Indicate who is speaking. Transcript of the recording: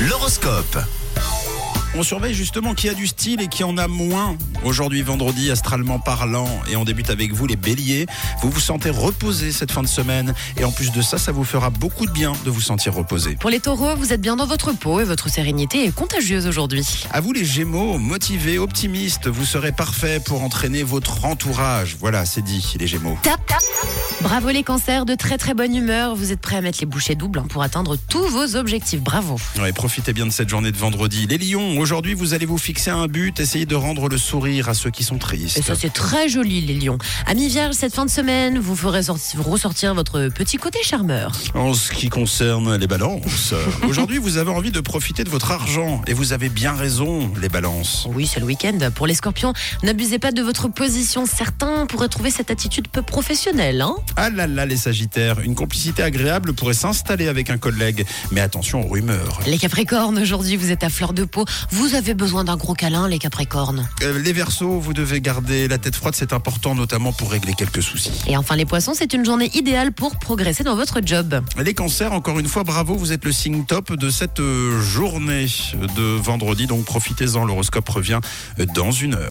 Speaker 1: l'horoscope. On surveille justement qui a du style et qui en a moins. Aujourd'hui, vendredi, astralement parlant, et on débute avec vous les béliers. Vous vous sentez reposé cette fin de semaine, et en plus de ça, ça vous fera beaucoup de bien de vous sentir reposé.
Speaker 2: Pour les taureaux, vous êtes bien dans votre peau et votre sérénité est contagieuse aujourd'hui.
Speaker 1: À vous les gémeaux, motivés, optimistes, vous serez parfait pour entraîner votre entourage. Voilà, c'est dit, les gémeaux.
Speaker 2: Tap, tap. Bravo les cancers, de très très bonne humeur. Vous êtes prêts à mettre les bouchées doubles hein, pour atteindre tous vos objectifs. Bravo.
Speaker 1: Ouais, profitez bien de cette journée de vendredi. Les lions, aujourd'hui, vous allez vous fixer un but, essayer de rendre le sourire à ceux qui sont tristes.
Speaker 2: Et ça, c'est très joli, les lions. Amis vierges, cette fin de semaine, vous ferez sorti- ressortir votre petit côté charmeur.
Speaker 1: En ce qui concerne les balances, euh, aujourd'hui vous avez envie de profiter de votre argent et vous avez bien raison, les balances.
Speaker 2: Oui, c'est le week-end. Pour les scorpions, n'abusez pas de votre position. Certains pourraient trouver cette attitude peu professionnelle. Hein
Speaker 1: Ah là là, les sagittaires, une complicité agréable pourrait s'installer avec un collègue, mais attention aux rumeurs.
Speaker 2: les capricornes, aujourd'hui, vous êtes à fleur de peau. Vous avez besoin d'un gros câlin, les capricornes.
Speaker 1: Euh, les versos, vous devez garder la tête froide, c'est important notamment pour régler quelques soucis.
Speaker 2: Et enfin, les poissons, c'est une journée idéale pour progresser dans votre job.
Speaker 1: Les cancers, encore une fois, bravo, vous êtes le signe top de cette euh, journée de vendredi, donc profitez-en, l'horoscope revient dans une heure.